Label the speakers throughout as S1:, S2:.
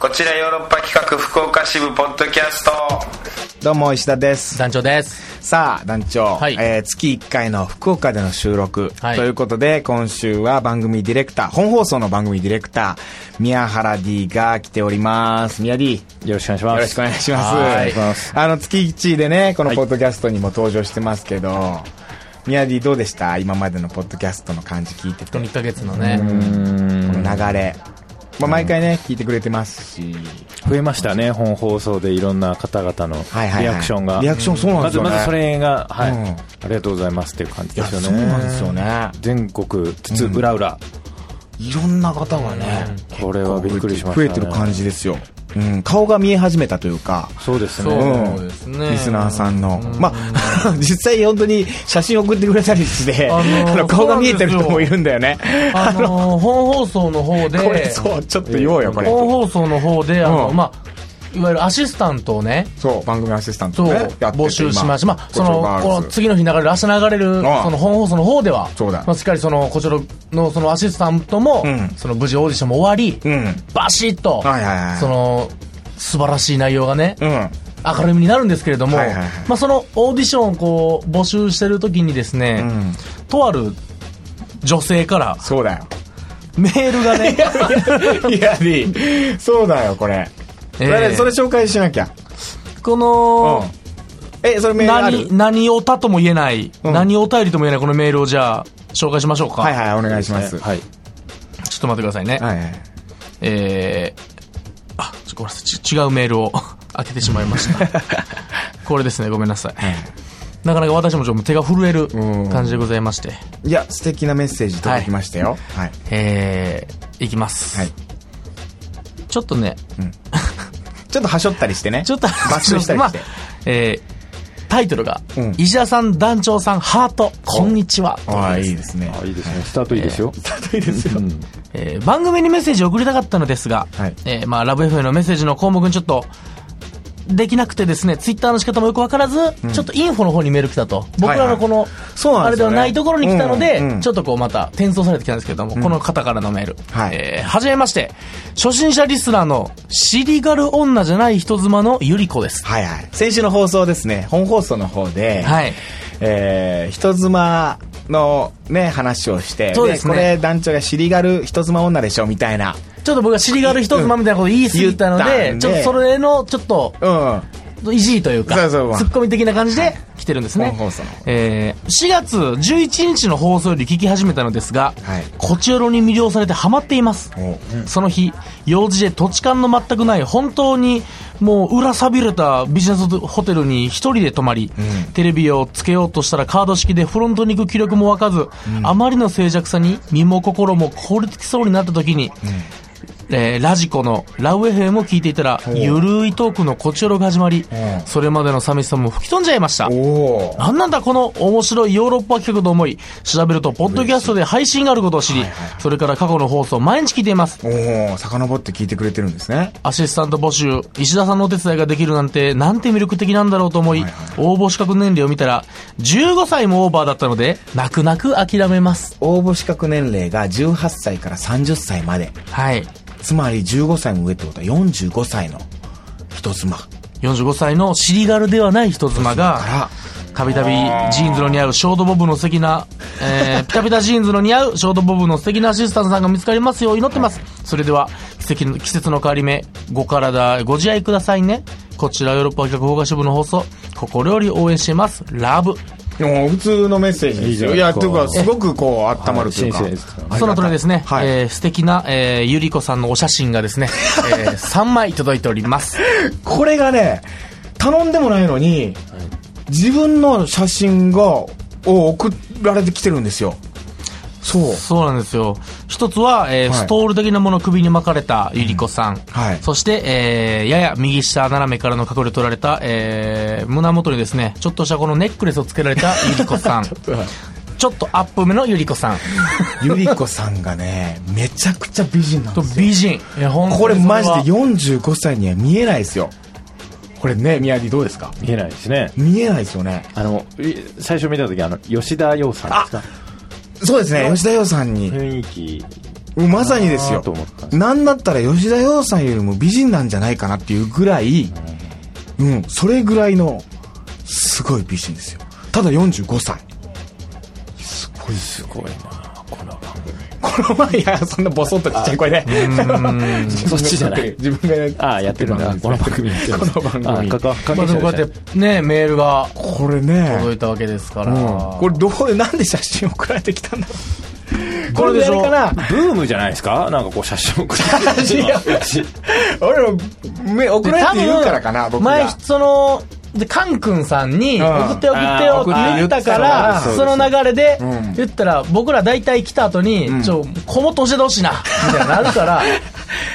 S1: こちらヨーロッパ企画福岡支部ポッドキャスト
S2: どうも石田です
S3: 団長です。
S2: さあ団長、
S3: はい
S2: えー月1回の福岡での収録、
S3: はい
S2: ということで今週は番組ディレクター本放送の番組ディレクター宮原 D が来ております宮 D
S4: よろしくお願いします。
S2: よろしくお願いします
S3: はい
S4: お願いします
S2: あの月1でねこのポッドキャストにも登場してますけど、宮 D どうでした今までのポッドキャストの感じ聞いてて、
S3: 1ヶ月のね。
S2: この流れ、まあ、毎回ね聞いてくれてますし
S4: 増えましたね、本放送でいろんな方々の
S2: はいはいはい
S4: リアクションが。
S2: リアクションそうなん
S4: ま
S2: です
S4: ず、
S2: よね
S4: まずそれが、はい、
S2: うん
S4: ありがとうございますっていう感じですよね。
S2: そうなんですよね
S4: 全国、津々浦々、
S2: いろんな方がね、
S4: これはびっくりしました、
S2: 増
S4: ね。
S2: えてる感じですよ、うん、顔が見え始めたというか
S4: そうです
S3: そ
S4: ね。
S3: うですね
S2: リスナーさんの、まあ 実際本当に写真送ってくれたりして、
S3: あのー
S2: あの顔が見えてる人もいるんだよね
S3: あのー、本放送の方で、
S2: これそうちょっと言おうよこれ、
S3: 本放送の方で、あの、
S2: うん
S3: まあ、いわゆるアシスタントをね、
S2: そう番組アシスタント
S3: そう、
S2: ねやってて
S3: 募集しました。
S2: 今
S3: まあ、そ
S2: こちら
S3: の、こ
S2: ガー
S3: の
S2: ルズ
S3: 次の日流れる、明日流れる、そ
S2: ああ
S3: の本放送の方では、
S2: そうだ
S3: まあ、しっかりその、こちらの、そのアシスタントも
S2: うん、
S3: その無事オーディションも終わり、
S2: うん
S3: バシッと
S2: はいはいはい、
S3: その、素晴らしい内容がね、
S2: うん
S3: 明るみになるんですけれども、
S2: はいはいはい
S3: まあ、そのオーディションをこう募集してる時にですね、とある女性から
S2: そうだ よ
S3: メールが ね
S2: いや D そうだよこれ、
S3: えー
S2: だからそれ紹介しなきゃ
S3: こ
S2: うん
S3: の、
S2: えそれメールある
S3: 何何おたとも言えない、
S2: うん
S3: 何お便りとも言えないこのメールをじゃあ紹介しましょうか、
S2: はいはいお願いします、
S4: はい。
S3: ちょっと待ってくださいね、
S2: はいはい
S3: えー、あちょごめんなさいち違うメールを 開けてしまいました これですねごめんなさい、なかなか私もちょっと手が震える感じでございまして、
S2: いや素敵なメッセージ届きましたよはい
S3: えー、いきます、
S2: はい
S3: ちょっとね
S2: ちょっとはしょったりしてね。
S3: ちょ っと、
S2: 抜粋したり
S3: まあ
S2: して。、
S3: えータイトルが、
S2: うん
S3: 石田さん、団長さん、ハート、こんにちは。
S2: ああ、いいですね。
S4: あ、いいですね。スタートいいですよ。
S2: いいですよ。
S3: えー番組にメッセージを送りたかったのですが、
S2: はい
S3: えーまあ、ラブ f へのメッセージの項目にちょっと、できなくてですね、ツイッターの仕方もよくわからず、ちょっとインフォの方にメール来たと。僕らのこの、
S2: そうなん
S3: あ
S2: で
S3: れ
S2: す
S3: で
S2: よ
S3: は
S2: ね
S3: ないところに来たので、
S2: うんうんうん
S3: ちょっとこうまた転送されてきたんですけれども、この方からのメール。
S2: はい
S3: えーはじめまして、初心者リスナーのシリガル女じゃない人妻のゆりこです。
S2: はいはい。先週の放送ですね、本放送の方で、
S3: はい
S2: えー、人妻のね、話をして、
S3: そうですね
S2: これ団長が尻軽人妻女でしょ、みたいな。
S3: ちょっと僕は尻がある一つまみたいなこと言い過ぎたので、
S2: うん
S3: ちょっとそれの、ちょっと、
S2: うん。
S3: 意地というか、
S2: そうそう
S3: ツッコミ的な感じで来てるんですね。
S2: 本放送の方
S3: えー4月11日の放送より聞き始めたのですが、
S2: はい
S3: こちらに魅了されてハマっています。その日、用事で土地勘の全くない、本当にもう裏錆びれたビジネスホテルに一人で泊まり、テレビをつけようとしたらカード式でフロントに行く気力も湧かず、あまりの静寂さに身も心も凍りつきそうになった時に、えーラジコのラウ FM を聞いていたら、ゆるいトークのこちよろが始まり、それまでの寂しさも吹き飛んじゃいました。
S2: おー。
S3: なんなんだこの面白いヨーロッパ企画と思い、調べると、ポッドキャストで配信があることを知り、それから過去の放送を毎日聞いています。
S2: おー、遡って聞いてくれてるんですね。
S3: アシスタント募集、石田さんのお手伝いができるなんて、なんて魅力的なんだろうと思い、応募資格年齢を見たら、15歳もオーバーだったので、泣く泣く諦めます。
S2: 応募資格年齢が18歳から30歳まで。
S3: はい。
S2: つまり15歳も上ってことは45歳の人妻。
S3: 45歳のシリガルではない人
S2: か
S3: 妻
S2: ら
S3: が、たびたびジーンズの似合うショートボブの素敵な、え ー、ピタピタジーンズの似合うショートボブの素敵なアシスタントさんが見つかりますよう祈ってます。それでは、奇跡の季節の変わり目、ご体、ご自愛くださいね。こちらヨーロッパ企画放課支部の放送、心より応援してます。ラブ。
S2: もう普通のメッセージですよ。
S4: い
S2: い
S4: いじゃな
S2: や、
S4: いです
S2: と
S4: か
S2: いうか、すごくこう、温まるというか。
S4: はい新鮮です
S2: ありがたい
S3: その後にですね、
S2: はい
S3: えー素敵な、えー、ゆりこさんのお写真がで すね、えー、3枚届いております。
S2: これがね、頼んでもないのに、自分の写真が、を送られてきてるんですよ。そう。
S3: そうなんですよ。一つは、えー
S2: はい
S3: ストール的なものを首に巻かれたゆり子さん。
S2: はい
S3: そして、えーやや右下斜めからの角度で取られた、えー胸元にですね、ちょっとしたこのネックレスをつけら れたゆり子さん。ちょっとアップめのゆり子さん。
S2: ゆりこさんがね、めちゃくちゃ美人なん
S3: と
S2: ですよ。
S3: 美人。いや、本当に
S2: これマジ
S3: そは
S2: で45歳には見えないですよ。これね、宮城どうですか
S4: 見えないですね。
S2: 見えないですよね。
S4: あの、い最初見たとき、あの、吉田洋さんですか
S2: そうですね、吉田洋さんに。
S4: 雰囲気
S2: うんまさにですよ
S4: と思ったんです
S2: なんだったら吉田羊さんよりも美人なんじゃないかなっていうぐらい、うん、それぐらいのすごい美人ですよただ45歳
S4: すごいなこの番組
S2: この前いやそんなボソッとちっちゃい声で
S4: そっちじゃない
S2: 自分がやってる
S4: ああやってるんだこの番組やってるんだ
S2: この番組
S4: あかか関
S3: まあで
S4: 係者
S3: もこうや
S4: で
S3: っ
S4: して
S3: ね、メールが
S2: これね
S3: 届いたわけですから。
S2: うん、これどこでなんで写真送られてきたんだ
S3: これでしょ
S2: これであれ
S4: たブームじゃないですかなんかこう写真送 って
S2: 違うかな俺らめ送
S3: で
S2: られて言うからかな
S3: 多分
S2: 僕が
S3: 前、その、で、カン君さんに、
S2: うん
S3: 送って送ってよ
S4: あー
S3: って言ったか
S4: 送
S3: ら、
S4: って
S3: その流れで
S2: ん、
S3: 言ったら、僕ら大体来た後に、ちょ、こもっと教えてほしいな、みたいになるから、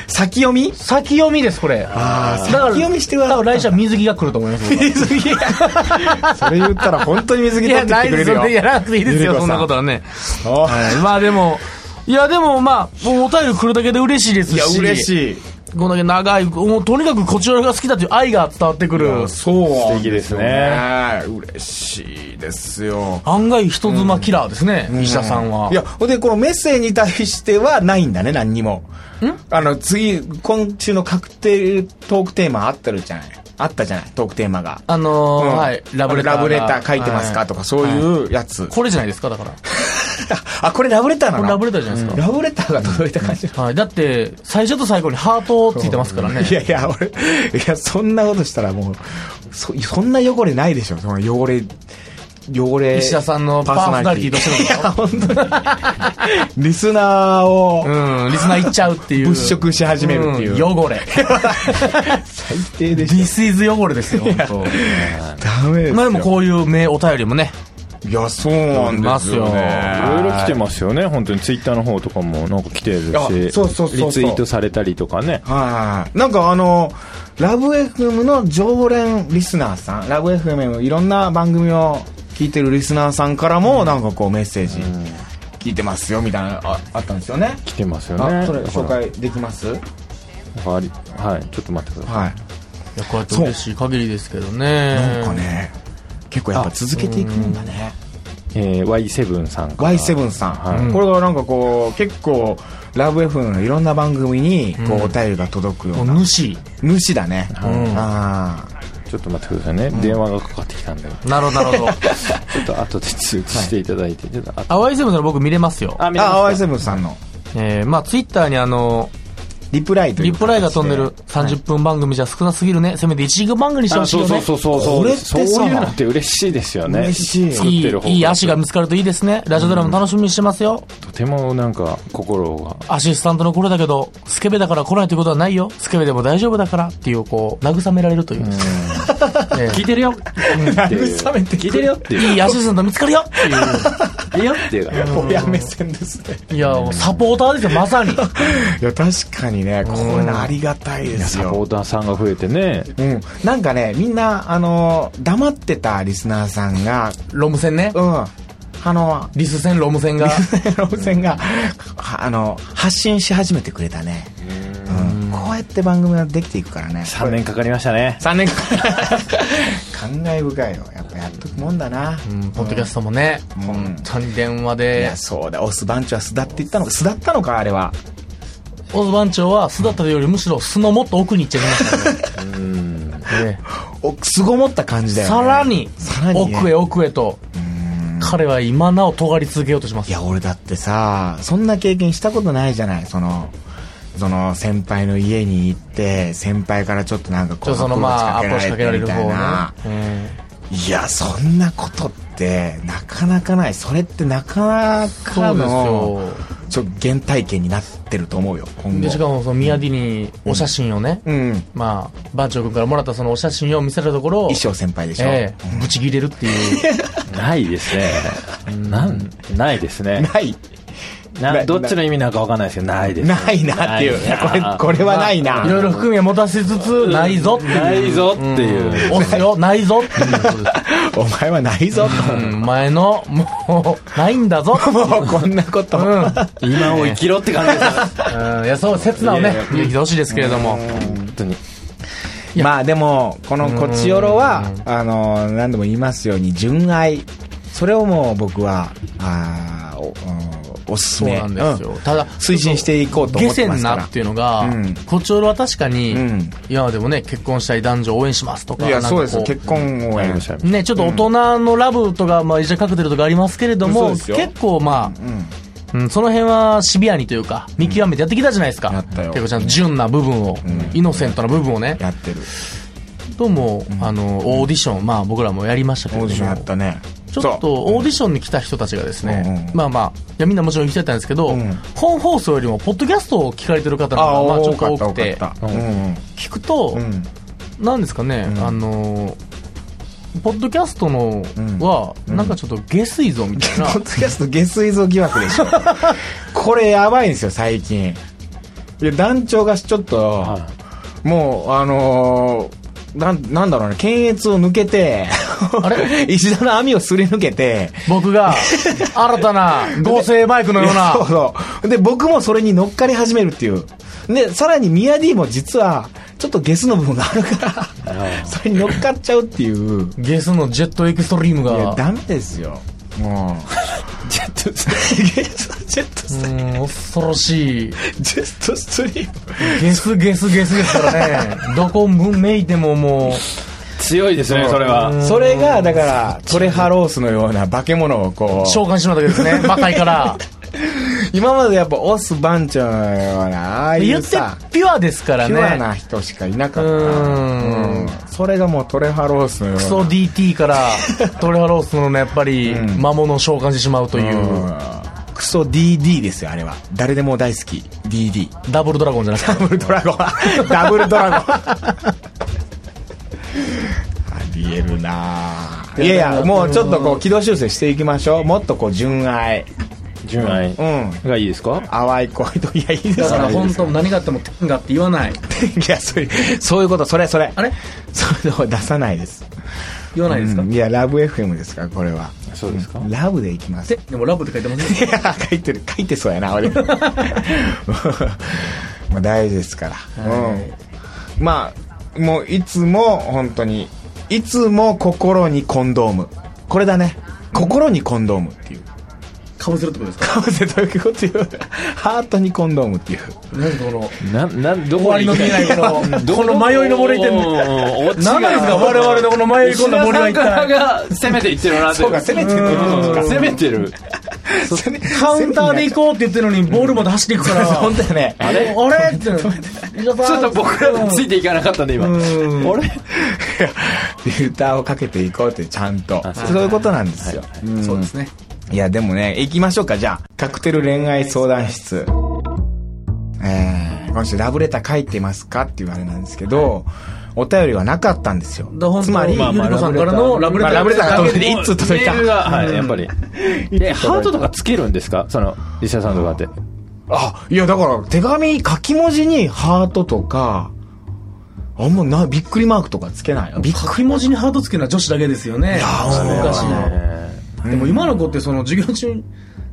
S2: 先読み
S3: 先読みです、これ。だから、先
S2: 読みしてください
S3: 来週は水着が来ると思います。水着
S2: それ言ったら本当に水着
S3: い
S2: 取っ
S3: や、
S2: てき
S3: な
S2: て
S3: い
S2: く
S3: で
S2: れ
S3: す
S2: るよ
S3: よ。いや、なくていいです
S2: ゆりこさ
S3: よ、
S2: ん
S3: そんなことはね。
S2: お
S3: はいまあでも、いやでもまあ、もうお便り来るだけで嬉しいですし。
S2: いや嬉しい
S3: こんだけ長い、もうとにかくこちらが好きだという愛が伝わってくる。
S2: そう素
S4: 敵ですね
S2: 嬉しいですよ
S3: 案外人妻キラーですね、石田さんは。
S2: いやほんでこのメッセージに対してはないんだね何にもあの次今週の確定トークテーマあったるじゃないあったじゃないトークテーマが
S3: あのー
S2: うん
S3: はい、ラブレター
S2: あ
S3: が。
S2: のラブレター書いてますか、
S3: は
S2: とかそういうやつ、
S3: これじゃないですか、だから。
S2: あこれラブレターな
S3: こ
S2: の
S3: れラブレターじゃないですか。
S2: ラブレターが届いた感じ、
S3: はい、だって、最初と最後にハートついてますからね。
S2: いやいや俺いやそんなことしたらもうそそんな汚れないでしょその汚れ汚れ
S3: 石田さんのパーソナリティとしての
S2: 本当にリスナーを
S3: うん、リスナー行っちゃうっていう。
S2: 物色し始めるっていう、
S3: ん汚れ。
S2: 最低でし
S3: This is 汚れですよ、本
S2: ょダメですよ
S3: 当まあでもこういう名お便りもね、
S2: いやそうなんですよ
S4: い
S2: ね
S4: ろいろ来てますよね本当にツイッターの方とかもなんか来てるし
S2: あそうそうそうそう
S4: リツイートされたりとかね
S2: はい、なんかあのラブ FM の常連リスナーさんラブ FM のいろんな番組を聞いてるリスナーさんからもなんかこうメッセージ聞いてますよみたいなのああったんですよね
S4: 来てますよ
S2: あ
S4: ね
S2: それ紹
S4: だか
S2: 介できます
S4: らありはいちょっと待ってください
S2: はい
S3: いやこうやって嬉しい限りですけどね。
S2: なんかね結構やっぱ続けていくもんだね
S4: えー Y7 さんから
S2: Y7 さん、
S4: はい
S2: これがなんかこう結構ラブ FM のいろんな番組にこう、お便りが届くような
S3: もう主。
S2: 主だね、
S3: ん
S2: ああ
S4: ちょっと待ってくださいね、電話がかかってきたんで
S3: なるほど、なる ほど。
S4: ちょっと後で通知していただいて、ちょっと後
S3: あわいセブンの僕見れますよ。
S4: あ見れますか
S2: あ Y7 さんの
S3: えー、まあツイッターにあの、
S2: リプライという
S3: リ
S2: 形で
S3: プライが飛んでる30分番組じゃ少なすぎるね。せめて1時間番組にして
S4: あ
S3: ほしい
S4: そう
S3: よ
S4: そ
S3: ね
S4: う。そうそうそう
S2: これってさ
S4: そういうのって嬉しいですよね
S2: 嬉しい
S4: 作ってる方
S3: いい、いい足が
S4: と
S3: 見つかるといいですね。ラジオドラマ楽しみにしてますよ。
S4: てもなんか心が
S3: アシスタントの頃だけど、スケベだから来ないということはないよ。スケベでも大丈夫だからっていう、こう、慰められるという。聞いてるよ。
S2: 慰めて
S4: 聞いてるよっていう
S3: いいアシスタント見つかるよっていう。
S4: いいよっていう
S2: 親目線ですね
S3: いや、もうサポーターですよ、まさに。
S2: いや確かにねこういうのありがたいです
S4: サポ
S2: よ
S4: ーターさんが増えてね
S2: うん、なんかねみんなあの黙ってたリスナーさんが
S3: ロム線ね
S2: う。んあの
S3: リス線、ロム線が。
S2: ロブセンがはあの発信し始めてくれたねうん、こうやって番組ができていくからね
S4: 3年かかりましたね
S2: 3年間感慨深いよやっぱやっとくもんだな
S3: うん、ポッドキャストもね、
S2: ん
S3: 本当に電話
S2: い
S3: で
S2: や、そうだオス番長は巣だって言ったのか巣だったのかあれは
S3: オズ番長は巣だったよりむしろ巣のもっと奥に行っちゃいましたね。ね
S2: お巣ごもった感じだよ、ね、
S3: さらに
S2: さら、にね
S3: 奥へ奥へと、彼は今なお尖り続けようとしま
S2: い
S3: す。
S2: や俺だってさそんな経験したことないじゃないそのその先輩の家に行って先輩からちょっとなんか
S3: ち
S2: こ
S3: ょ、
S2: う
S3: そのまあ、ア
S2: アプ
S3: プ
S2: ロー
S3: ローチ
S2: チ
S3: か
S2: か
S3: け
S2: けら
S3: ら
S2: れ
S3: れる
S2: る
S3: 方
S2: みたいない
S3: ね。
S2: いやそんなことってなかなかないそれってなかなかの
S3: そうですよ
S2: ちょ原体験になってると思うよ
S3: う
S2: 今
S3: んで、
S2: 後
S3: しかも、その、宮城にお写真をね、
S2: うん
S3: まあ、番長君からもらったそのお写真を見せたところ、
S2: 衣装先輩でしょ、
S3: ええ、ぶち切れるっていう。
S4: ないですねなんないですね
S2: ない
S4: などっちの意味なんかわかんないですけどないです
S2: ないなっていう
S4: ないな
S2: これ これはないな、
S3: いろいろ含みを持たせつつ、ないぞっていう。
S4: ないぞっていう
S3: 押すよ、ないぞっていう ことです。
S2: お前はないぞと、
S3: うん、前の、もう、ないんだぞ。
S2: もうこんなこと、
S3: うん。うん
S4: 今を生きろって感じです
S3: いや、そう、刹那を
S4: い
S3: ね
S4: やいや、
S3: 見てきてほしいですけれども。
S4: 本当に
S3: や
S2: まあでもこの「こちよろは」あの何度も言いますように純愛それをもう僕はあーおうんおすす
S3: そう
S2: め
S3: なんですよ、
S2: うん
S3: ただ
S2: 推進していこうと思
S3: 下
S2: ってま
S3: 船
S2: すから
S3: なっていうのが、
S2: うん
S3: コチョールは確かに、
S2: うん
S3: 今までもね結婚したい男女を応援しますとか
S2: いや
S3: なんか
S2: そ
S3: こ
S2: うですよ結婚応
S4: あり
S2: 援
S4: ましたね
S3: ね、ちょっと大人のラブとか、まあ、医者カクテルとかありますけれど
S2: そうで
S3: も、
S2: すよ
S3: 結構まあ、うんその辺はシビアにというか、見極めてやってきたじゃないですか。
S2: やったよ
S3: 結構ちゃんと純な部分を、イノセントな部分をね。
S2: やってる
S3: どうも、あの、オーディション、まあ僕らもやりましたけ
S2: オ
S3: れ
S2: ーデ
S3: ど
S2: ィションやっ
S3: も、
S2: たね
S3: ちょっと
S2: そう
S3: オーディションに来た人たちがですね、
S2: うん
S3: まあまあ、いやみんなもちろん行きたいったんですけど、
S2: ん
S3: 本放送よりも、ポッドキャストを聞かれてる方の
S2: あ
S3: 方が、まあち
S2: 多
S3: ょっと
S2: かっ
S3: 多
S2: た多
S3: く
S2: か
S3: て、
S2: ったうん
S3: 聞くと、
S2: うん うん
S3: なんですかね、あのポッドキャストのは、なんかちょっと下水ぞみた いな、
S2: ポッドキャスト下水像疑惑で しょこれやばいんですよ最近いや団長がちょっと、もうあのーなんなんだろうね検閲を抜けて
S3: あれ
S2: 石田の網をすり抜けて
S3: 僕が新 たな合成マイクのよう
S2: そう
S3: な、
S2: そうで僕もそれに乗っかり始めるっていうでさらにミヤディも実はちょっとゲスの部分があるからそれに乗っかっちゃうっていうい
S3: ゲスのジェットエクストリーム
S2: や
S3: が、
S2: ダメですよもうジェットスゲスジェット
S3: う
S2: ス
S3: ーん恐ろしい、
S2: ジェットストリーム
S3: ゲスゲスゲスですからね、どこめいてもも
S4: 強いですね、それは。
S2: それがだからトレハロースのような化け物をこ
S3: う、
S2: う
S3: 召喚してもらったわけ ですね、魔界から。
S2: 今までやっぱオス番長のようなああい
S3: 言
S2: う
S3: って
S2: さ
S3: ピュアですから
S2: ピュア
S3: ね、
S2: な人しかいなかった
S3: うん
S2: うんそれがもうトレハロースのよう
S3: ク
S2: な
S3: ソ DT からトレハロースのねやっぱり魔物を召喚してしまうという。
S2: うんクソ DD ですよあれは誰でも大好き DD
S3: ダブルドラゴンじゃなくて
S2: ダブルドラゴンダブルドラゴンありえるなぁいやいやもうちょっとこう軌道修正していきましょうもっとこう純愛
S4: 純愛
S2: うん
S4: がいいですか
S2: 淡い恋といやいいです
S3: だから
S2: ね
S3: 本当何があっても天がって言わない
S2: いやそういうそういうことそれそれ
S3: あれ
S2: それを出さないです
S3: 言わないですか、
S2: うんいやラブ FM ですからこれは
S4: そうですか
S2: ラブでいきます
S3: ででもラブって書いてますね
S2: いや書いてる書いてそうやな俺 まあ大事ですから、うんまあもういつも本当にいつも心にコンドームこれだね心にコンドームっていう
S3: かぶせるってことですか
S2: かぶせというこというハートにコンドームっていう
S3: 何この
S4: な、な、ど
S3: 終わりの見えないこのこの迷いの森って
S4: うん
S3: 何
S4: うんうん
S3: ですか我々のこの迷い込んだ森は一体
S4: が攻めていってるなって
S2: そうか攻めてる
S4: うん攻めてる
S3: カウンターで行こうって言ってるのにボールまで走っていく から
S2: 本当やね
S3: あれあれ ってちょ
S4: ちょっ
S3: っ
S4: と僕らついていかなかったんで今
S3: うん
S4: 俺
S2: フィルターをかけていこうってちゃんとそういうことなんですよ、うん
S3: そうですね
S2: いや、でもね、行きましょうか、じゃあ。カクテル恋愛相談室。えー、今週ラブレター書いてますかっていうあれなんですけど、お便りはなかったんですよ。つまり、
S3: まあまあゆりこさんからのラブレター
S2: まあラブレターが届いて、
S3: で
S2: 一通届いた
S4: メー。ルがはいやっぱりえハートとかつけるんですかその石田さんとかって
S2: あ、いや、だから、手紙、書き文字にハートとか、あんまな、びっくりマークとかつけないよ。びっ
S3: 書き文字にハートつけるのは女子だけですよね昔
S4: え
S3: でも今の子ってその授業中に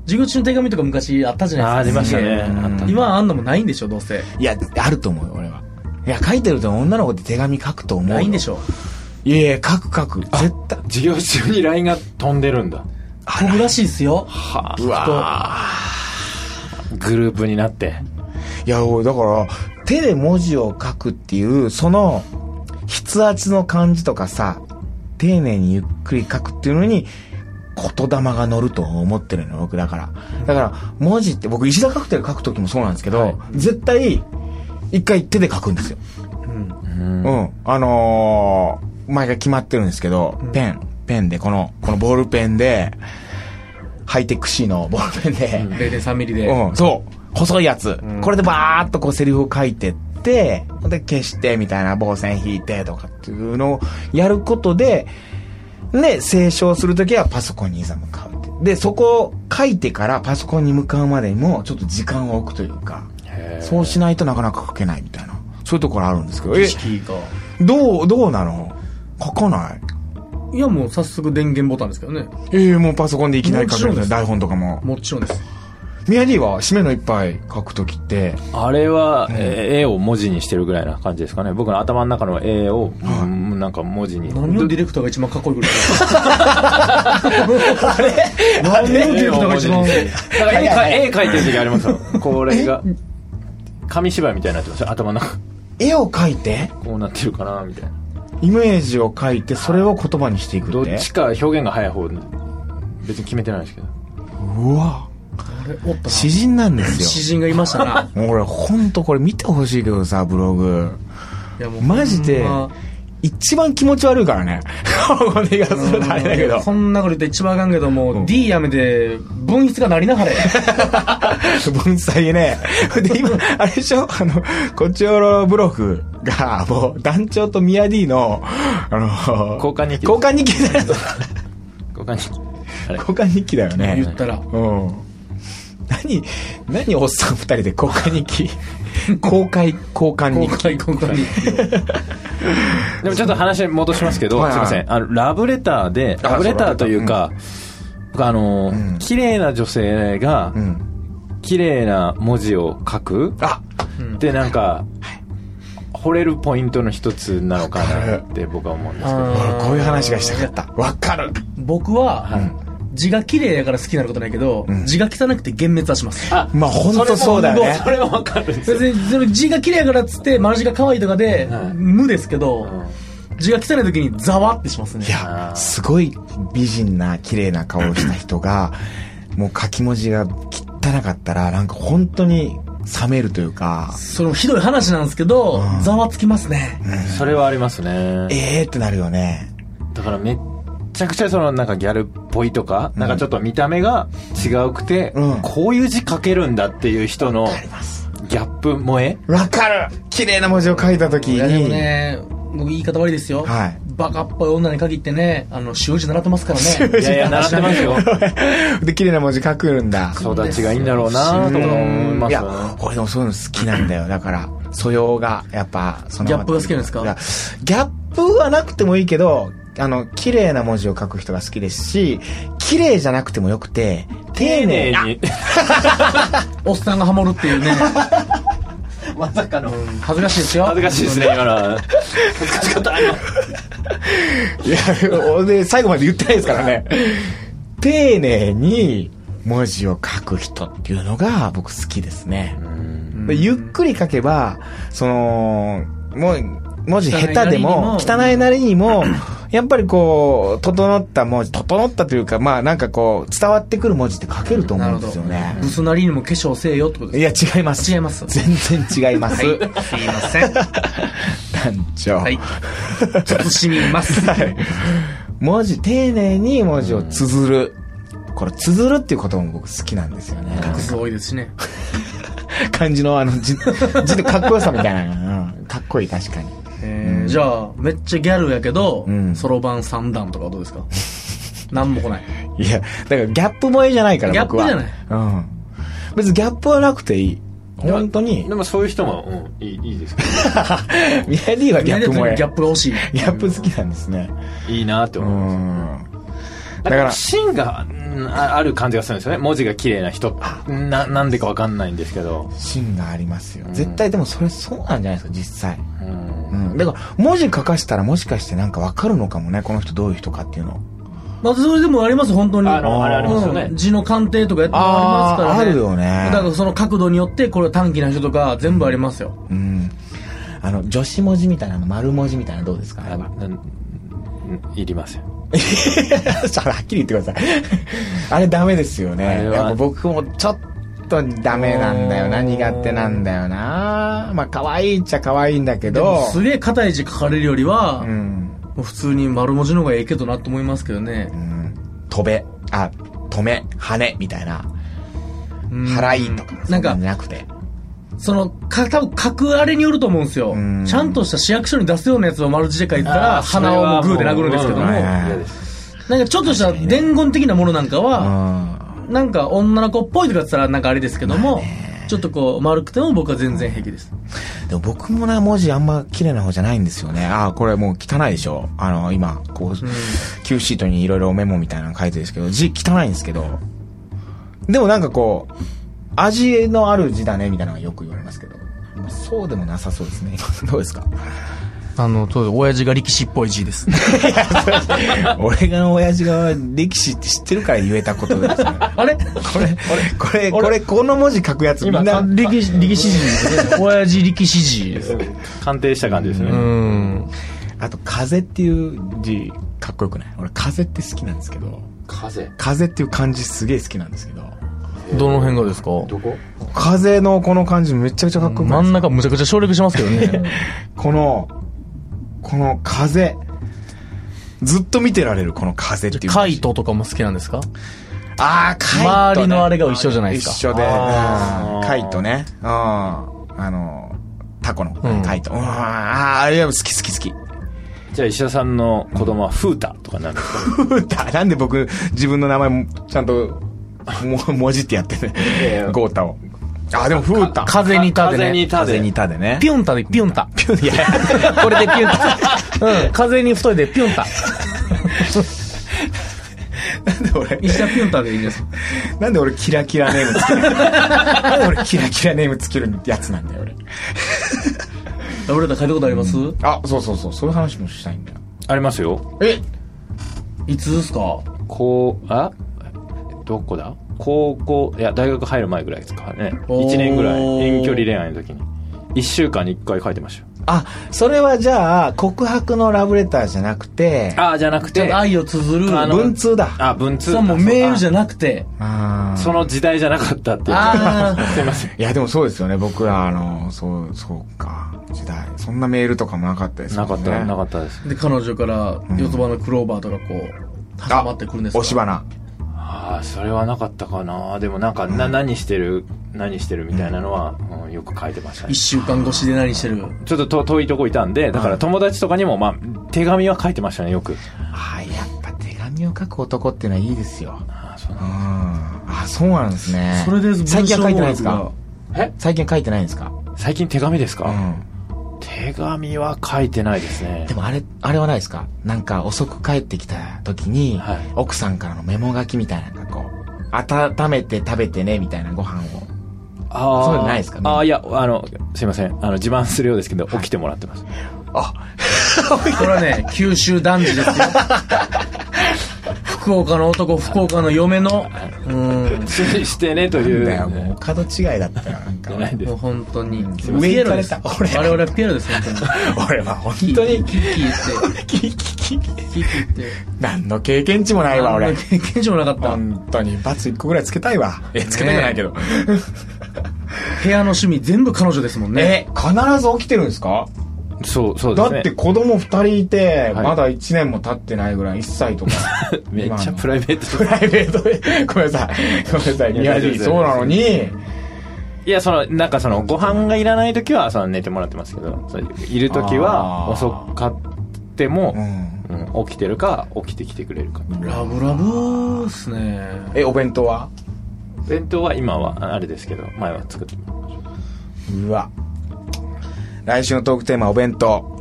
S3: 授業中の手紙とか昔あったじゃないですか
S4: あーありましたね
S3: すげえ
S4: あった
S3: 今あんのもないんでしょどうせ
S2: いや、あると思うよ、俺は。いや、書いてると女の子って手紙書くと思うよ。
S3: ないんでしょ
S2: いやいや、書く書く。絶対。
S4: ー授業中に LINE が飛んでるんだ
S3: 僕らしいですよ
S4: は
S2: うわー
S4: グループになって
S2: いや、俺だから、手で文字を書くっていう、その、筆圧の感じとかさ、丁寧にゆっくり書くっていうのに、言霊が乗ると思ってるの、僕だから。だから、文字って、僕、石田カクテル書くときもそうなんですけど、絶対、一回手で書くんですよ。うん。あのー、前が決まってるんですけど、ペン、ペンで、この、このボールペンで、ハイテクシーのボールペンで、
S3: 0.3ミリで、
S2: うん、そう。細いやつ。これでバーっとこうセリフを書いてって、ほんで消してみたいな棒線引いてとかっていうのをやることで、で、清書するときはパソコンにいざ向かうって。で、そこを書いてからパソコンに向かうまでにもちょっと時間を置くというか、そうしないとなかなか書けないみたいな。そういうところあるんですけど、え
S3: 意、識が
S2: どう、どうなの書かない
S3: いやもう早速電源ボタンですけどね
S2: ええもうパソコンでいきなり書けるんだ
S3: もちろんです
S2: 台本とかも。
S3: もちろんです
S2: 宮兄は締めの一杯書くときって、
S4: あれは、えー絵を文字にしてるぐらいな感じですかね。僕の頭の中の絵を、うんなんか文字に。
S3: 何をディレクターが一番かっこいいぐらいあれ何をディレクターが一番
S4: なんか絵か絵描いてる時ありますよ。 これが、紙芝居みたいになってますよ。頭の中。
S2: 絵を描いて、
S4: こうなってるかな、みたいな。
S2: イメージを描いて、それを言葉にしていくって。
S4: どっちか表現が早い方に、別に決めてないですけど。
S2: うわ。
S3: おったな
S2: 詩人なんです
S3: 詩
S2: よ。
S3: 人がいましたな
S2: もう俺、ほんとこれ見てほしいけどさ、ブログ。
S3: いやも
S2: マジで
S3: ほんま、
S2: 一番気持ち悪いからね。 こんな言い方するとあれだけど。
S3: こんなこと言って一番あかんけども、D やめて分室がな りなはれ
S2: 文才ね。で、今、あれでしょあの、こちおろブログが、もう、団長と宮 D の、あの、
S4: 交換日記
S2: 交換日記だよ。
S4: 他に。あれ。
S2: 交換日記だよ
S3: 言
S2: ね
S3: っ。たら
S2: うん。何、何おっさん二人で交換日記 公開、交換
S3: 公
S2: 日記。
S3: 開公開
S4: でもちょっと話戻しますけど、
S2: はい
S4: すい
S2: はい
S4: ません。あの、ラブレターで、ラブレターというか、僕あの、綺麗な女性が
S2: う、ん。
S4: 綺麗な文字を書く
S2: あ、
S4: ってなんか、惚れるポイントの一つなのかなって僕は思うんですけど。
S2: 俺こういう話がしたかった。わかる。
S3: 僕は、字が綺麗やから好きになることないけど、字が汚くて幻滅はします
S4: あ
S2: まあ、ほんとそうだよね
S4: そ。れもわかるんですよ。
S3: 別にそれ字が綺麗やからっつって丸字が可愛いとかで、
S4: はい
S3: 無ですけど、
S4: ん
S3: 字が汚い時にざわってしますね
S2: いや、すごい美人な、綺麗な顔をした人が、もう書き文字が汚かったら、なんか本当に冷めるというか、
S3: それもひどい話なんですけど、ざわつきますね、
S4: それはありますね。
S2: ええーってなるよね。
S4: だからめっちゃくちゃそのなんかギャルっぽいとか、なんかちょっと見た目が違うくて、
S2: うん
S4: こういう字書けるんだっていう人のギャップ萌え
S2: わかる綺麗な文字を書いた時
S3: いやでも
S2: に、
S3: ね僕言い方悪いですよ、
S2: はい
S3: バカっぽい女に限ってねあの習字習ってますから
S4: い
S3: ね
S4: やいや、習ってますよ。
S2: で、綺麗な文字書くんだ。
S4: 育ちがいいんだろうなと思います
S2: い
S4: よ
S2: や
S4: ね。、
S2: 俺でもそういうの好きなんだよ。だ から、素養が、やっぱ、その。
S3: ギャップが好きなんですか
S2: いやギャップはなくてもいいけど、あの、綺麗な文字を書く人が好きですし、綺麗じゃなくてもよくて、丁寧
S4: 丁寧
S2: な。
S4: に。
S3: おっさんがハモるっていうね
S4: まさかの。
S3: 恥ずかしいですよ
S4: 恥ずかしいですね、今のは。恥ずかしかった、今。
S2: いや、俺、最後まで言ってないですからね。丁寧に文字を書く人っていうのが僕好きですね。でゆっくり書けば、その、もう、文字下手でも、
S3: 汚
S2: 汚いなりにも、やっぱりこう、整った文字、整ったというか、まあなんかこう、伝わってくる文字って書けると思うんですよね。
S3: ブスなりにも化粧せえよってこと
S2: い
S3: で
S2: や、違います。
S3: 違います
S2: 全然違います。
S3: すはいすいません
S2: 団長。
S3: はい慎みます
S2: はい文字、丁寧に文字を綴る。これ、綴るっていうことも僕好きなんですよね。
S3: 隠す多いですしね
S2: 漢字のあの字、字のかっこよさみたいなのが、うんかっこいい、確かに。
S3: えーじゃあめっちゃギャルやけど
S2: ん
S3: そろばん三段とかはどうです かなんも来ない
S2: いや、だからギャップ萌えじゃないから、僕は。
S3: ギャップ
S2: うん。別にギャップはなくていい。本当に
S4: で、もそういう人も、うん、いい、いいですけ
S2: ミヤディはギャップ萌え。
S3: ギ
S2: ギ
S3: ャップが欲しい
S2: ャップ好きなんですね。
S4: ど。いいなって
S2: う
S4: 思います。
S2: ん。だ
S4: だか
S2: からら
S4: 芯がうんあある感じがするんですよね文字が綺麗な人ななんでかわかんないんですけど
S2: 芯がありますよ。絶対でもそれそうなんじゃないですか、実際。
S4: うん
S2: うん。だから、文字書かしたらもしかしてなんかわかるのかもね、この人どういう人かっていうの。
S3: まあ、それでもあります、本当に。
S4: あのあれありますよね
S3: うん字の鑑定とかやってもありますから
S2: あ
S3: ね。
S2: ーあるよね
S3: だからその角度によって、これは短期な人とか、全部ありますよ。
S2: うん。あの、女子文字みたいなの、丸文字みたいなのどうですかあれは。
S4: なんいりません
S2: ちょっとはっきり言ってください。 あれダメですよね。
S4: あれは
S2: やっぱ僕もちょっとダメなんだよな。苦手なんだよな。まあ、可愛いっちゃ可愛いんだけ
S3: でも
S2: ど。
S3: すげえ硬い字書かれるよりは、
S2: う
S3: も
S2: ん。
S3: う普通に丸文字の方がええけどなと思いますけどね。
S2: うん。飛べ、あ、止め、羽みたいな。
S3: うん
S2: 払いとか。
S3: なん
S2: そ
S3: か
S2: じゃなくて。
S3: その、か、多分書くあれによると思うんですよ
S2: ん。
S3: ちゃんとした市役所に出すようなやつを丸字で書いてたら、
S4: あーそれ
S3: 鼻
S4: は
S3: をもうグーで殴るんですけども、
S4: うん
S2: はい
S3: な
S2: はい
S3: ん
S4: 嫌です
S3: かちょっとした伝言的なものなんか
S2: う
S3: は、
S2: ん。
S3: なんか女の子っぽいとかって言ったらなんかあれですけども、ちょっとこう丸くても僕は全然平気です。
S2: でも僕もな、文字あんま綺麗な方じゃないんですよね。ああ、これもう汚いでしょ。あの、今、こう、Q シートにいろいろメモみたいなの書いてるんですけど、字汚いんですけど。でもなんかこう、味のある字だねみたいなのがよく言われますけど、まあそうでもなさそうですね どう ですか
S3: あの、そう親父が力士っぽい字 です。
S2: 俺が親父が力士って知ってるから言えたことですね
S5: あれ
S2: これこ れこれこの文字書くやつみんな
S3: 力士、力士字ですね。親父力士字 です。
S4: 鑑定した感じですね。
S3: うん。
S2: あと「風」っていう字かっこよくない俺「風」って好きなんですけど
S4: 風
S2: 「風」っていう漢字すげえ好きなんですけど
S3: どの辺がですか
S4: どこ
S2: 「風」のこの漢字めちゃくちゃかっこよくな
S3: 真
S2: いです
S3: ん
S2: か
S3: 中むちゃくちゃ省略しますけどね。
S2: このこの「風」ずっと見てられるこの「風」っていう
S3: カイトとかも好きなんですか
S2: ああ、カイト、ね。
S3: 周りのあれが一緒じゃないですか
S2: 一緒で。カイトね。うん。あの、タコの
S3: うん
S2: カイト。うん、ああ、あれは好き好き好き。
S4: じゃあ石田さんの子供はフータとかなんですか
S2: ふうた。 なんで僕、自分の名前もちゃんと、も、文字ってやってね
S4: やいや。
S2: ゴータを。ああ、でもふうた。
S3: 風に立て
S4: 風に
S3: ね。
S4: 立て
S2: 風にたでね。
S3: ピュンタでピュンタ。これでピュン タ。うん。風に太いでピュンタ。
S2: なんで俺、
S5: 石田ピュンタでいいんですか
S2: なんで俺キラキラネームつけるなんで俺キラキラネームつけるやつなんだよ、俺。
S5: 俺ら書いたことあります
S2: あ、そうそうそう、そういう話もしたいんだよ。
S4: ありますよ。
S2: え
S5: いつですか
S4: こう、あどこだ高校、いや、大学入る前ぐらいですかね。
S5: おー
S4: 1年ぐらい、遠距離恋愛の時に。1週間に1回書いてましたよ。
S2: あ、それはじゃあ、告白のラブレターじゃなくて、
S4: ああ、じゃなくて、あ
S5: 愛を綴る。
S4: あの
S2: 文通だ。
S4: あ、文通
S5: さんもメールじゃなくて。
S2: あー
S4: その時代じゃなかったっていう。
S5: ああ。
S4: すいません。
S2: いや、でもそうですよね。僕ら、あの、そう、そうか。時代。そんなメールとかもなかったですも
S4: なんか
S2: ね。
S4: った、なかったです。
S5: で、彼女から、四つ葉のクローバーとかこう、挟まってくるんですか
S2: 押し花。
S4: ああ、それはなかったかな。でもなんか、な、何してる、何してるみたいなのは、うんよく書いてましたね
S5: 一。週間越しで何してる
S4: ちょっとと遠いとこいたんで、だから友達とかにも、まあ、手紙は書いてましたね、よく。
S2: ああ、やっぱ手紙を書く男っていうのはいいですよ。
S4: ああ、そうな
S2: うんん。あ、そうなんですね。
S5: それで
S2: 最近は書いてないですか
S4: え
S2: 最近は書いてないんですか
S4: 最近手紙です
S2: う
S4: か、
S2: ん。
S4: 手紙は書いてないですね
S2: で。もあれ、あれはないですかなんか遅く帰ってきた時に、
S4: はい
S2: 奥さんからのメモ書きみたいなのがこう、温めて食べてね、みたいなご飯を。
S4: あ
S2: そういうのないですかね
S4: ああ、いや、あの、すいません。あの、自慢するようですけど、起きてもらってます。
S5: これはね、九州男児ですよ。福岡の男、福岡の嫁の、うん、
S4: ししてね、という。
S2: だよ、もう、角違いだったよ、なんか
S4: じゃ。ないです
S5: もう。本当に。
S2: 上行かれ
S5: で
S2: た
S5: す。我
S2: 俺
S5: 々はピエロです、 本
S2: 俺は本
S5: 当に。
S2: 当に、
S5: キッキー言って、キッキー言って。
S2: 何の経験値もないわ、
S5: あん
S2: 俺
S5: な。経験値もなかった。
S2: 本当に、罰一個ぐらいつけたいわ。え、つけたくないけど。
S5: 部屋の趣味全部彼女ですもんね。
S2: え、必ず起きてるんですか
S4: そう、そうで
S2: だ
S4: すね。
S2: って子供二人いて、
S4: はい
S2: まだ一年も経ってないぐらい、一歳とか。
S4: めっちゃプ
S2: ライ
S4: ライベート。
S2: ベートで、 ごめんなさい。ごめんなさい。
S4: いや
S2: 宮
S4: 大
S2: 地
S4: 丈夫
S2: そうなのに、
S4: いや、その、なんかその、ご飯がいらない時は、その、寝てもらってますけど、そういる時は、
S2: あー
S4: 遅かって
S2: う
S4: も、
S2: ん。
S4: うん起きてるか、起きてきてくれるか。
S5: ラブラブーっすね。
S2: え、お弁当は
S4: 弁当は今は、あれですけど、前は作ってもらいまし
S2: うわ。来週のトークテーマ、お弁 当。お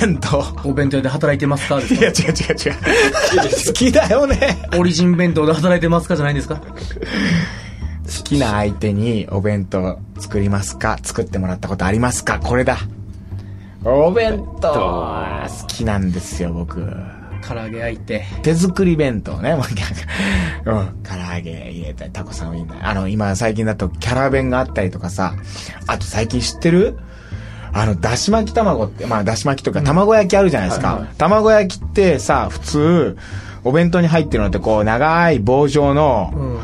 S2: 弁当。
S5: お弁当屋で働いてますか です
S2: いや、違う違う違う。好きだよね。
S5: かオリジン弁当で働いてますかじゃないんですか
S2: 好きな相手にお弁当作りますか作ってもらったことありますかこれだお弁当
S4: た。
S2: 好きなんですよ僕
S5: 唐揚げ焼いて。
S2: 手作り弁当ねもう なんかうん唐揚げ入れたりタコさんウインナーあの今最近だとキャラ弁があったりとかさあと最近知ってるあの、だし巻き卵って、まあ、だし巻きとか、卵焼きあるじゃないですか。卵焼きってさ、普通、お弁当に入ってるのって、こう、長い棒状の、
S5: うん。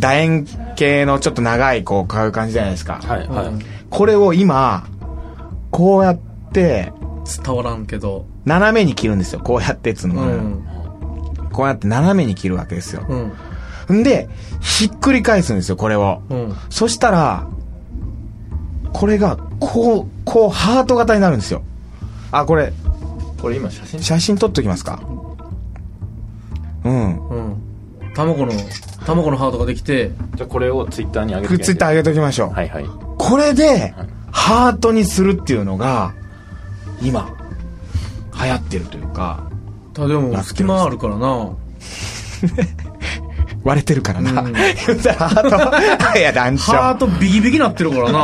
S2: 楕円形のちょっと長い、こう、買う感じじゃないですか。
S4: た。はい、はい。
S2: これを今、こうやって、
S5: 伝わらんけど。
S2: 斜めに切るんですよ。こうやってっつう
S5: う
S2: の、
S5: ん。
S2: こうやって斜めに切るわけですよ
S5: う。ん。
S2: んで、ひっくり返すんですよ、これを。
S5: うん。
S2: そしたら、これが、こう、こう、ハート型になるんですよ。あ、これ、
S4: これ今写真
S2: 写真撮っときますか。うん。
S5: うん。卵の、卵のハートができて、
S4: じゃあこれをツイッターに上げ
S2: く
S4: て
S2: っついてあげときましょう。
S4: はいはい
S2: これで、ハートにするっていうのが、今、流行ってるというか、
S5: ただでも隙間あるからな。
S2: 割れてるからな。言ったらハート、 いや、団
S5: ハー
S2: 長。
S5: トビキビキなってるからな。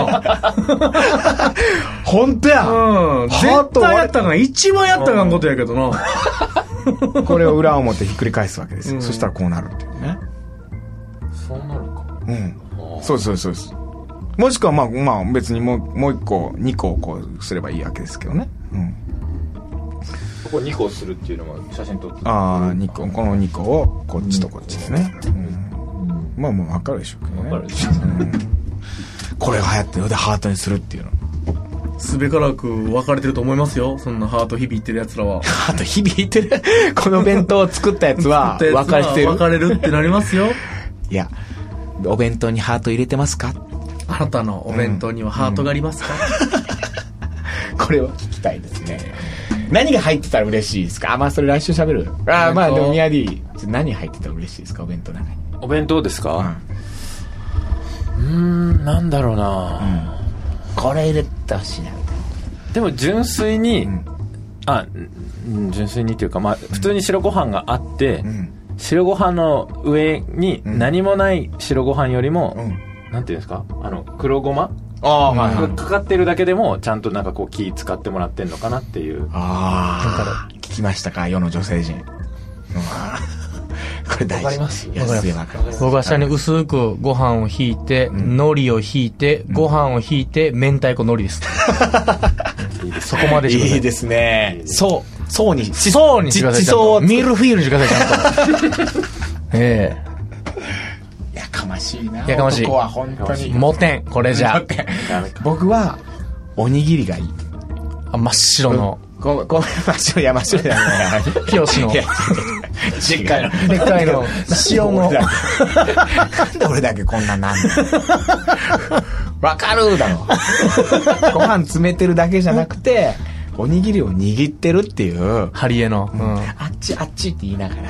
S2: 本当や
S5: うん。
S2: ハー
S5: 絶
S2: ト割
S5: 対
S2: れ
S5: やったかん。一番やったかんことやけどな。
S2: これを裏表ひっくり返すわけですよ。そしたらこうなるっていうね。
S4: そうなるか
S2: うん。そうですそうですそうです。もしくは、まあ、まあ、別にもう、もう一個、二個をこうすればいいわけですけどね。うん。
S4: ここ2個するっていうのも写真撮って
S2: ああ、二個、この二個を、こっちとこっちでね。うん。まあ、もうわかるでしょうけどね。
S4: わかる
S2: これが流行ってるで、ハートにするっていうの。
S5: すべからく分かれてると思いますよ。そんなハート響いてる奴らは。
S2: ハート響いてる。 この弁当を作ったやつは、
S5: 作
S2: 分
S5: ったや
S2: かれ
S5: つは
S2: てる
S5: 分。かれるってなります よ。
S2: いや、お弁当にハート入れてますか
S5: あなたのお弁当にはハートがありますか、
S2: これは聞きたいですね。何が入ってたら嬉しいですかあ、まあそれ来週喋る。あー、まあでも宮 D、何入ってたら嬉しいですかお弁当の中に。
S4: お弁当ですかうーんなんだろうな、
S2: これ入れてほしいな、みたい
S4: でも純粋に、
S2: ん
S4: あうん純粋にというかまあ普通に白ご飯があって、
S2: な。
S4: 白ご飯の上に
S2: ん
S4: 何もない白ご飯よりも、
S2: うん
S4: なんていうんですかあの黒ごま
S2: ああ、はいは
S4: が
S2: い。
S4: かかってるだけでもちゃんとなんかこう気使ってもらってんのかなっ ていう
S2: ああ、聞きましたか世の女性陣。 うんこれ大事。
S4: わかります
S2: いやすげえわかります。
S3: 僕は下に薄くご飯を引いて、海苔を引いて、ご飯を引いて、明太子海苔です。そこまでしてくださ
S2: い
S3: い
S2: い。ですね。そう、そうに、
S3: 地層にしてください。
S2: 地層を
S3: ミルフィーユにしてください、ちゃん と。え
S2: やかましいな。
S3: やかましい
S2: 男は本当
S3: え
S2: に。
S3: モテん、これじゃ。
S2: 僕は、おにぎりがいい。
S3: あ真っ白の。
S2: ごごめん、真っ白、いや、真っ白じゃない。
S3: 清志の
S2: いやでっかいの。
S3: でっかいの塩の
S2: なんで俺だけこんなんなんのわかるだろ。ご飯詰めてるだけじゃなくて、おにぎりを握ってるっていう、
S3: ハリエの。うん
S2: あっちあっちって言いながら、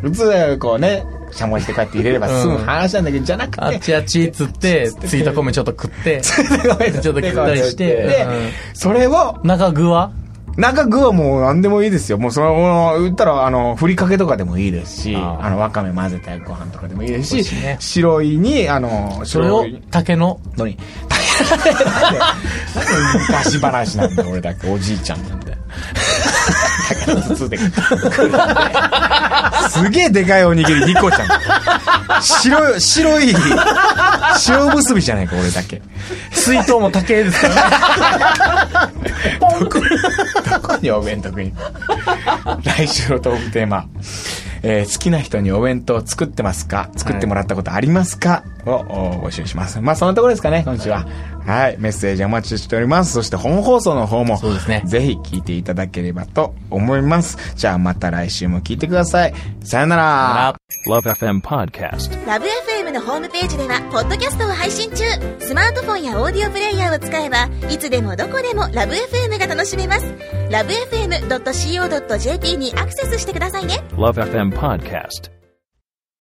S2: 普通、こうね、しゃもじでこうやって入れれば済む話なんだけど、じゃなく、
S3: あって ちあっちっつ って、ついた米ちょっと食って、ちょっと食ったりして
S2: でそれを、
S3: 中具は
S2: 中具はもう何でもいいですよ。もうその、もう言ったら、あの、ふりかけとかでもいいですし、あ
S4: あー
S2: の、わかめ混ぜたご飯とかでもいいです
S3: 美
S2: し、
S3: 味しいね
S2: 白いに、あの、
S3: それ
S2: 白
S3: を
S2: い
S3: 竹の、
S2: の に、昔話なんだ、俺だけ、おじいちゃんなんだよ。だから筒で来るんだよすげえでかいおにぎり2個ちゃん。白い、白い、塩結びじゃないか、俺だけ。
S3: 水筒も竹ですからね。
S2: どこにお弁当に来週のトークテーマ、えー好きな人にお弁当作ってますか作ってもらったことありますか、をお募集します。まあそんなところですかね、今週は。はい、メッセージお待ちしております。そして本放送の方も、
S3: そうですね
S2: ぜひ聞いていただければと思います。じゃあまた来週も聞いてください。さよなら。
S6: Love FM Podcast.
S7: ラブ f m のホームページではポッドキャストを配信中スマートフォンやオーディオプレイヤーを使えばいつでもどこでもラブ f m が楽しめますラブ FM.co.jp にアクセスしてくださいね
S6: Love FM Podcast.